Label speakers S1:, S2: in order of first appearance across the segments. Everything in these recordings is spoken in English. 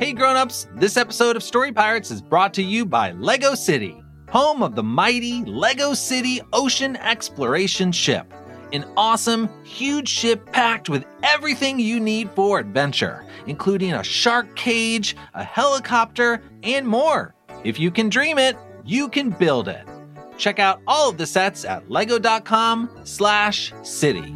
S1: Hey grown-ups, this episode of Story Pirates is brought to you by LEGO City, home of the mighty LEGO City Ocean Exploration Ship. An awesome, huge ship packed with everything you need for adventure, including a shark cage, a helicopter, and more. If you can dream it, you can build it. Check out all of the sets at lego.com slash city.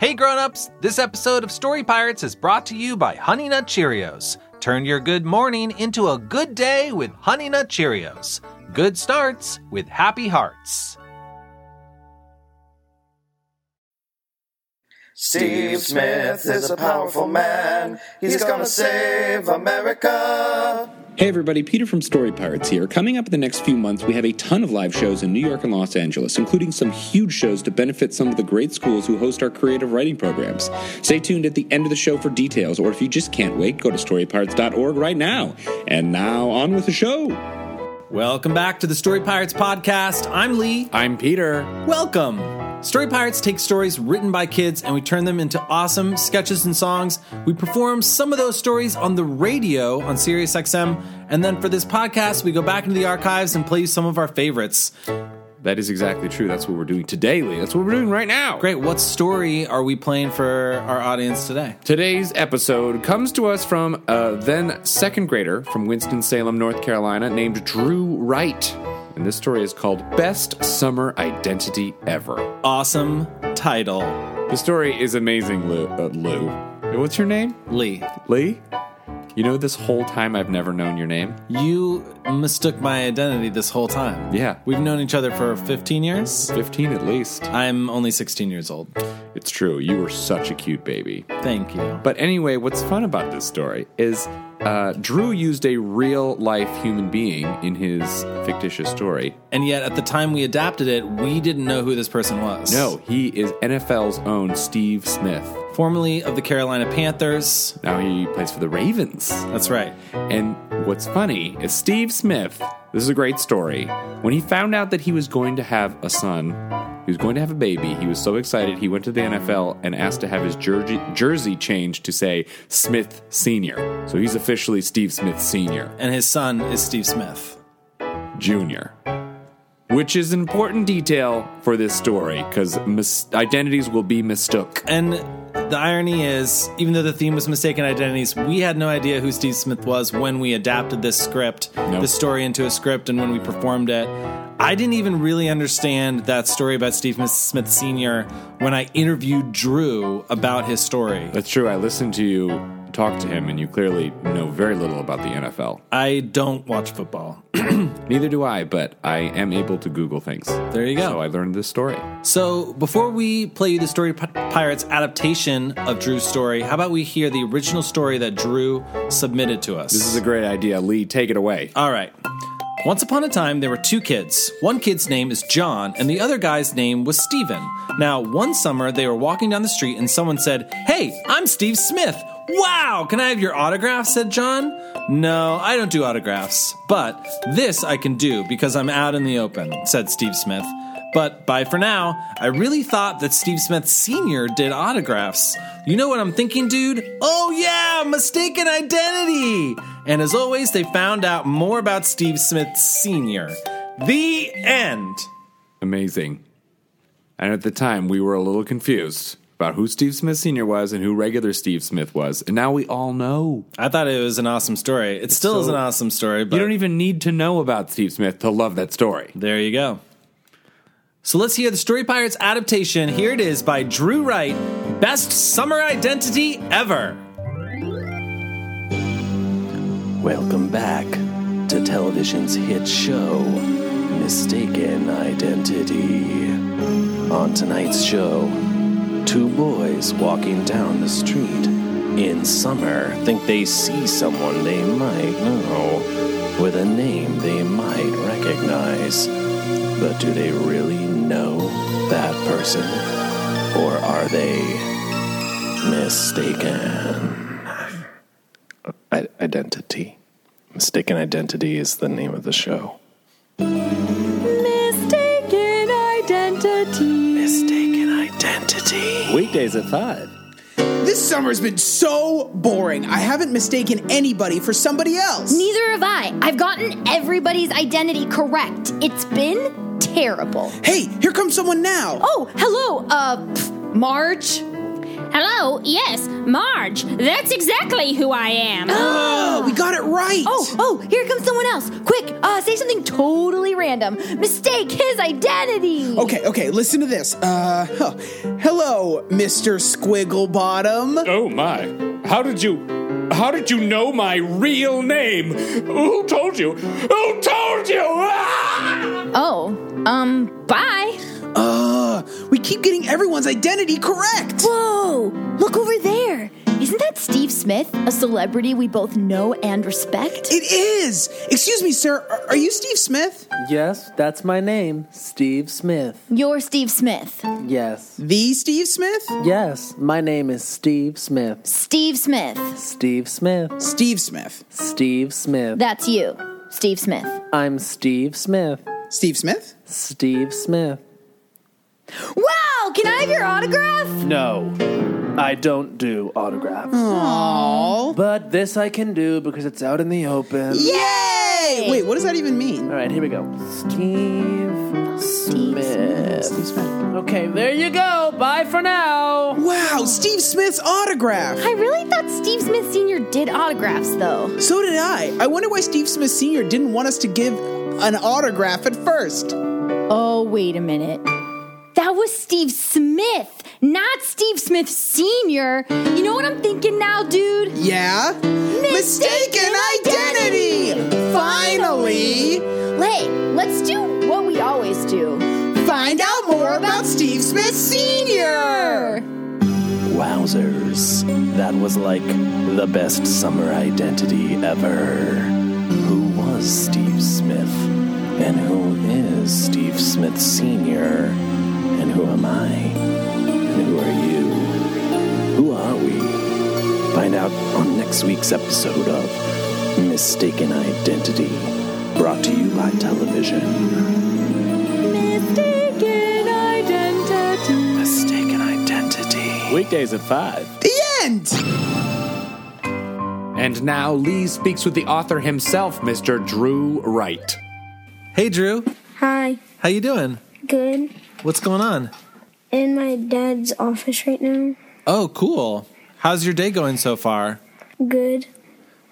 S1: Hey grown-ups, this episode of Story Pirates is brought to you by Honey Nut Cheerios. Turn your good morning into a good day with Honey Nut Cheerios. Good starts with happy hearts.
S2: Steve Smith is a powerful man. He's gonna save America.
S3: Hey everybody, Peter from Story Pirates here. Coming up in the next few months, we have a ton of live shows in New York and Los Angeles, including some huge shows to benefit some of the great schools who host our creative writing programs. Stay tuned at the end of the show for details, or if you just can't wait, go to storypirates.org right now. And now on with the show.
S4: Welcome back to the Story Pirates podcast. I'm Lee.
S5: I'm Peter.
S4: Welcome. Story Pirates takes stories written by kids and we turn them into awesome sketches and songs. We perform some of those stories on the radio on SiriusXM, and then for this podcast, we go back into the archives and play you some of our favorites.
S5: That is exactly true. That's what we're doing today, Lee. That's what we're doing right now.
S4: Great. What story are we playing for our audience today?
S5: Today's episode comes to us from a then second grader from Winston-Salem, North Carolina, named Drew Wright. And this story is called Best Summer Identity Ever.
S4: Awesome title,
S5: The story is amazing, Lou. Uh, Lou. Hey, What's your name?
S4: Lee.
S5: Lee? You know, this whole time I've never known your name.
S4: You mistook my identity this whole time.
S5: Yeah.
S4: We've known each other for 15 years.
S5: 15 at least.
S4: I'm only 16 years old.
S5: It's true. You were such a cute baby.
S4: Thank you.
S5: But anyway, what's fun about this story is uh, Drew used a real life human being in his fictitious story.
S4: And yet, at the time we adapted it, we didn't know who this person was.
S5: No, he is NFL's own Steve Smith.
S4: Formerly of the Carolina Panthers.
S5: Now he plays for the Ravens.
S4: That's right.
S5: And what's funny is Steve Smith, this is a great story. When he found out that he was going to have a son, he was going to have a baby, he was so excited he went to the NFL and asked to have his jersey, jersey changed to say Smith Sr. So he's officially Steve Smith Sr.
S4: And his son is Steve Smith.
S5: Jr., which is an important detail for this story because mis- identities will be mistook.
S4: And the irony is, even though the theme was mistaken identities, we had no idea who Steve Smith was when we adapted this script,
S5: Nope.
S4: this story into a script, and when we performed it. I didn't even really understand that story about Steve Smith Sr. when I interviewed Drew about his story.
S5: That's true. I listened to you talk to him, and you clearly know very little about the NFL.
S4: I don't watch football.
S5: Neither do I, but I am able to Google things.
S4: There you go.
S5: So I learned this story.
S4: So, before we play you the Story Pi- Pirates adaptation of Drew's story, how about we hear the original story that Drew submitted to us?
S5: This is a great idea. Lee, take it away.
S4: All right. Once upon a time, there were two kids. One kid's name is John, and the other guy's name was Steven. Now, one summer, they were walking down the street, and someone said, Hey, I'm Steve Smith. Wow, can I have your autograph? said John. No, I don't do autographs, but this I can do because I'm out in the open, said Steve Smith. But bye for now. I really thought that Steve Smith Sr. did autographs. You know what I'm thinking, dude? Oh, yeah, mistaken identity! And as always, they found out more about Steve Smith Sr. The end.
S5: Amazing. And at the time, we were a little confused about who Steve Smith Sr. was and who regular Steve Smith was. And now we all know.
S4: I thought it was an awesome story. It still
S5: so-
S4: is an awesome story, but
S5: You don't even need to know about Steve Smith to love that story.
S4: there you go. So let's hear the Story Pirates adaptation. Here it is by Drew Wright Best Summer Identity Ever.
S2: Welcome back to television's hit show, Mistaken Identity. On tonight's show, two boys walking down the street in summer think they see someone they might know with a name they might recognize. But do they really know that person? Or are they mistaken? I- identity. Mistaken Identity is the name of the show.
S6: Mistaken identity.
S7: identity.
S8: Weekdays at 5.
S9: This summer's been so boring. I haven't mistaken anybody for somebody else.
S6: Neither have I. I've gotten everybody's identity correct. It's been terrible.
S9: hey, here comes someone now.
S6: Oh, hello, uh, pff, Marge.
S10: Hello, yes, Marge. That's exactly who I am.
S9: Oh, we got it right.
S6: Oh, oh, here comes someone else. Quick, uh, say something totally random. Mistake his identity.
S9: Okay, okay, listen to this. Uh, huh. hello, Mr. Squigglebottom.
S8: Oh my. How did you How did you know my real name? Who told you? Who told you? Ah!
S10: Oh, um, bye.
S9: Uh, we keep getting everyone's identity correct.
S6: Whoa, look over there. Isn't that Steve Smith, a celebrity we both know and respect?
S9: It is. Excuse me, sir. Are, are you Steve Smith?
S7: Yes, that's my name, Steve Smith.
S6: You're Steve Smith.
S7: Yes.
S9: The Steve Smith?
S7: Yes, my name is Steve Smith.
S6: Steve Smith.
S7: Steve Smith.
S9: Steve Smith.
S7: Steve Smith.
S6: That's you, Steve Smith.
S7: I'm Steve Smith.
S9: Steve Smith?
S7: Steve Smith.
S6: Wow, can I have your autograph?
S7: No, I don't do autographs.
S9: Aww.
S7: But this I can do because it's out in the open.
S9: Yay! Wait, what does that even mean?
S7: All right, here we go. Steve Smith.
S9: Steve Smith.
S7: Okay, there you go. Bye for now.
S9: Wow, Steve Smith's autograph.
S6: I really thought Steve Smith Sr. did autographs, though.
S9: So did I. I wonder why Steve Smith Sr. didn't want us to give an autograph at first.
S6: Oh, wait a minute. That was Steve Smith, not Steve Smith Sr. You know what I'm thinking now, dude?
S9: Yeah? Mistaken identity! Finally!
S6: Hey, let's do what we always do.
S9: Find out more about Steve Smith Sr.
S7: Wowzers. That was like the best summer identity ever. Who was Steve Smith? And who is Steve Smith Sr.? And who am I? And who are you? Who are we? Find out on next week's episode of Mistaken Identity, brought to you by television. Mistaken Identity.
S8: Weekdays at 5.
S9: The end!
S8: And now Lee speaks with the author himself, Mr. Drew Wright.
S4: Hey, Drew.
S11: Hi,
S4: How you doing?
S11: good.
S4: What's going on?
S11: In my dad's office right now.
S4: Oh, cool. How's your day going so far?
S11: Good.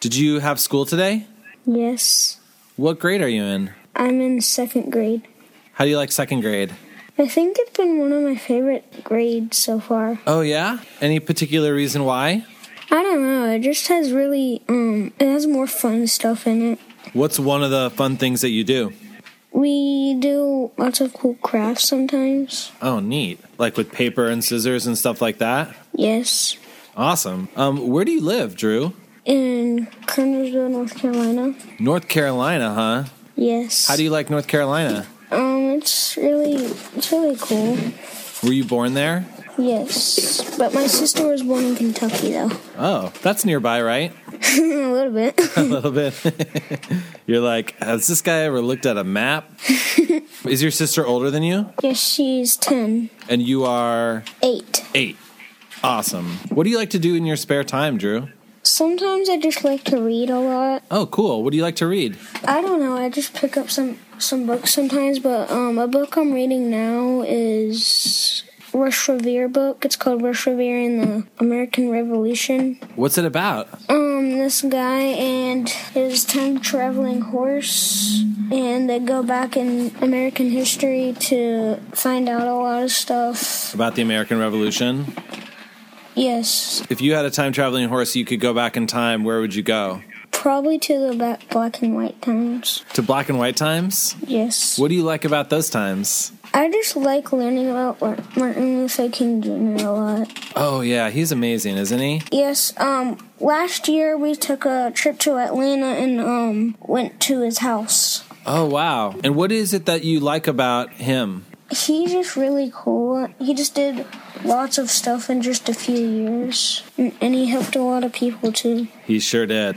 S4: Did you have school today?
S11: Yes.
S4: What grade are you in?
S11: I'm in second grade.
S4: How do you like second grade?
S11: I think it's been one of my favorite grades so far.
S4: Oh, yeah? Any particular reason why?
S11: I don't know, it just has really um it has more fun stuff in it.
S4: What's one of the fun things that you do?
S11: We do lots of cool crafts sometimes.
S4: Oh, neat. Like with paper and scissors and stuff like that?
S11: Yes.
S4: Awesome. Um, where do you live, Drew?
S11: In Connersville, North Carolina.
S4: North Carolina, huh?
S11: Yes.
S4: How do you like North Carolina?
S11: um it's really it's really cool.
S4: Were you born there?
S11: Yes. But my sister was born in Kentucky though.
S4: Oh, that's nearby, right?
S11: a little bit.
S4: A little bit. You're like, has this guy ever looked at a map? Is your sister older than you?
S11: yes, she's ten.
S4: And you are
S11: Eight.
S4: eight. Awesome. What do you like to do in your spare time, Drew?
S11: Sometimes I just like to read a lot.
S4: Oh, cool. What do you like to read?
S11: I don't know. I just pick up some some books sometimes, but um, a book I'm reading now is Rush Revere book. It's called Rush Revere and the American Revolution.
S4: What's it about?
S11: Um, this guy and his time traveling horse, and they go back in American history to find out a lot of stuff.
S4: About the American Revolution?
S11: Yes,
S4: If you had a time traveling horse, you could go back in time, where would you go?
S11: probably to the back black and white times.
S4: To black and white times?
S11: Yes.
S4: What do you like about those times?
S11: I just like learning about Mar- Martin Luther King Jr. a lot.
S4: Oh, yeah, he's amazing, isn't he?
S11: Yes, um, last year we took a trip to Atlanta and, um, went to his house.
S4: Oh, wow. And what is it that you like about him?
S11: He's just really cool. He just did lots of stuff in just a few years. And, and he helped a lot of people too.
S4: He sure did.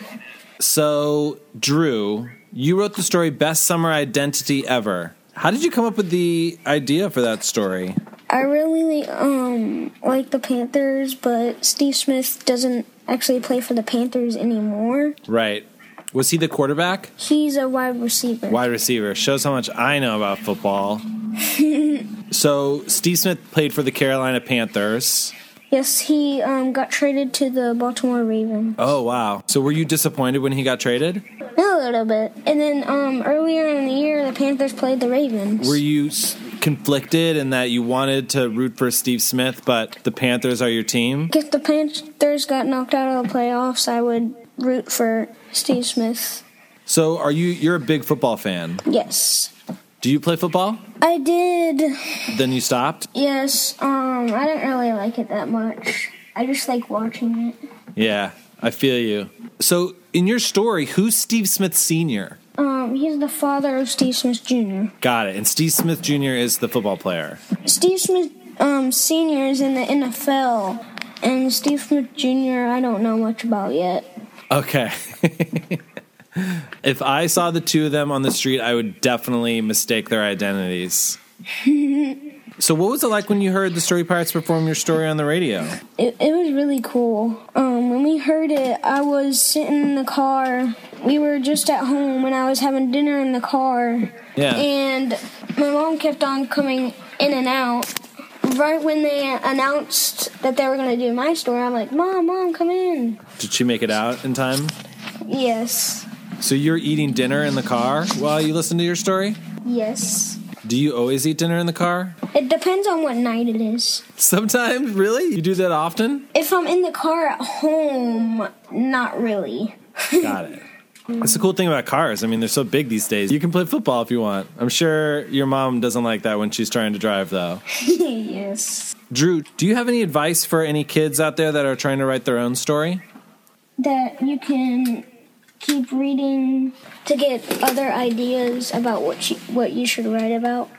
S4: So, Drew, you wrote the story Best Summer Identity Ever. How did you come up with the idea for that story?
S11: I really um like the Panthers, but Steve Smith doesn't actually play for the Panthers anymore.
S4: Right. Was he the quarterback?
S11: He's a wide receiver.
S4: Wide receiver. Shows how much I know about football. so Steve Smith played for the Carolina Panthers.
S11: Yes, he um, got traded to the Baltimore Ravens.
S4: Oh wow. So were you disappointed when he got traded?
S11: A little bit. And then um, earlier in the year, the Panthers played the Ravens.
S4: Were you s- conflicted in that you wanted to root for Steve Smith, but the Panthers are your team?
S11: if the Panthers got knocked out of the playoffs, I would root for Steve Smith.
S4: So are you? You're a big football fan.
S11: Yes.
S4: Do you play football?
S11: I did.
S4: Then you stopped.
S11: Yes, um, I didn't really like it that much. I just like watching it.
S4: Yeah, I feel you. So in your story, who's Steve Smith Senior?
S11: Um, he's the father of Steve Smith Jr.
S4: Got it. And Steve Smith Jr. is the football player.
S11: Steve Smith um, Sr. is in the NFL, and Steve Smith Jr. I don't know much about yet.
S4: Okay. if I saw the two of them on the street, I would definitely mistake their identities. so, what was it like when you heard the Story Pirates perform your story on the radio?
S11: It, it was really cool. Um, when we heard it, I was sitting in the car. We were just at home, and I was having dinner in the car.
S4: Yeah.
S11: And my mom kept on coming in and out. Right when they announced that they were going to do my story, I'm like, Mom, Mom, come in.
S4: Did she make it out in time?
S11: Yes.
S4: So, you're eating dinner in the car while you listen to your story?
S11: Yes.
S4: Do you always eat dinner in the car?
S11: It depends on what night it is.
S4: Sometimes, really? You do that often?
S11: If I'm in the car at home, not really.
S4: Got it. That's the cool thing about cars. I mean, they're so big these days. You can play football if you want. I'm sure your mom doesn't like that when she's trying to drive, though.
S11: yes.
S4: Drew, do you have any advice for any kids out there that are trying to write their own story?
S11: That you can keep reading to get other ideas about what you, what you should write about.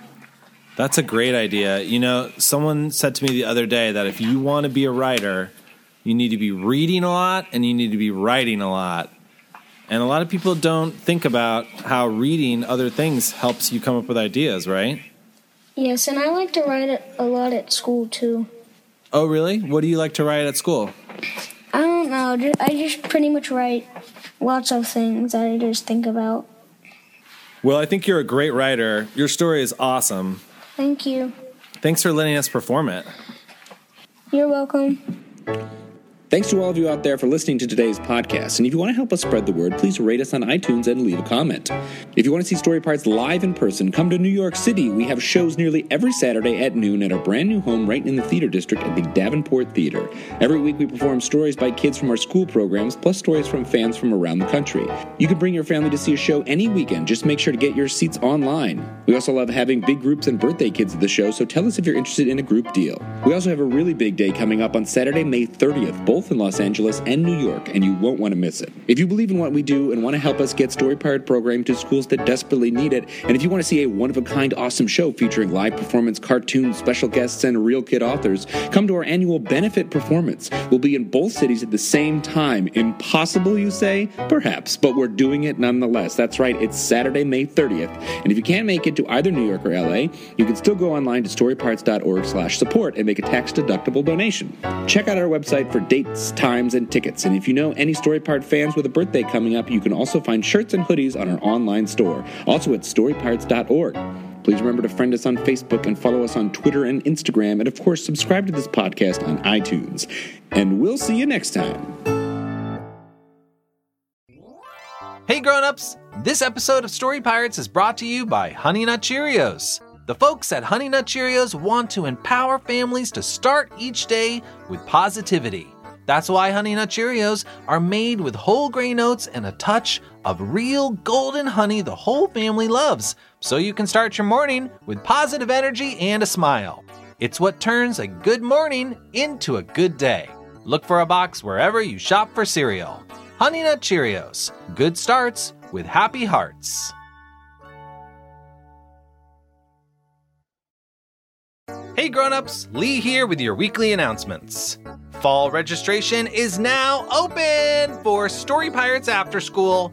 S4: That's a great idea. You know, someone said to me the other day that if you want to be a writer, you need to be reading a lot and you need to be writing a lot. And a lot of people don't think about how reading other things helps you come up with ideas, right?
S11: Yes, and I like to write it a lot at school too.
S4: Oh, really? What do you like to write at school?
S11: I don't know. ju- I just pretty much write lots of things that I just think about.
S4: Well, I think you're a great writer. Your story is awesome.
S11: Thank you.
S4: Thanks for letting us perform it.
S11: You're welcome.
S5: Thanks to all of you out there for listening to today's podcast. And if you want to help us spread the word, please rate us on iTunes and leave a comment. If you want to see Story Parts live in person, come to New York City. We have shows nearly every Saturday at noon at our brand new home right in the theater district at the Davenport Theater. Every week we perform stories by kids from our school programs, plus stories from fans from around the country. You can bring your family to see a show any weekend. Just make sure to get your seats online. We also love having big groups and birthday kids at the show, so tell us if you're interested in a group deal. We also have a really big day coming up on Saturday, May 30th, both in Los Angeles and New York, and you won't want to miss it. If you believe in what we do and want to help us get Story Pirate Program to schools that desperately need it, and if you want to see a one of a kind awesome show featuring live performance, cartoons, special guests, and real kid authors, come to our annual benefit performance. We'll be in both cities at the same time. Impossible, you say? Perhaps, but we're doing it nonetheless. That's right, it's Saturday, May 30th. And if you can't make it to either New York or LA, you can still go online to storyparts.org slash support and make a tax-deductible donation. Check out our website for dates, times, and tickets. And if you know any StoryPart fans with a birthday coming up, you can also find shirts and hoodies on our online store, also at storyparts.org. Please remember to friend us on Facebook and follow us on Twitter and Instagram, and of course, subscribe to this podcast on iTunes. And we'll see you next time.
S1: Hey grown-ups, this episode of Story Pirates is brought to you by Honey Nut Cheerios. The folks at Honey Nut Cheerios want to empower families to start each day with positivity. That's why Honey Nut Cheerios are made with whole grain oats and a touch of real golden honey the whole family loves, so you can start your morning with positive energy and a smile. It's what turns a good morning into a good day. Look for a box wherever you shop for cereal. Honey Nut Cheerios. Good starts with happy hearts. Hey grown-ups, Lee here with your weekly announcements. Fall registration is now open for Story Pirates After School,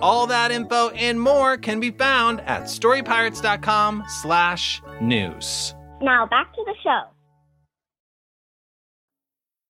S4: all that info and more can be found at storypirates.com slash news.
S12: Now back to the show.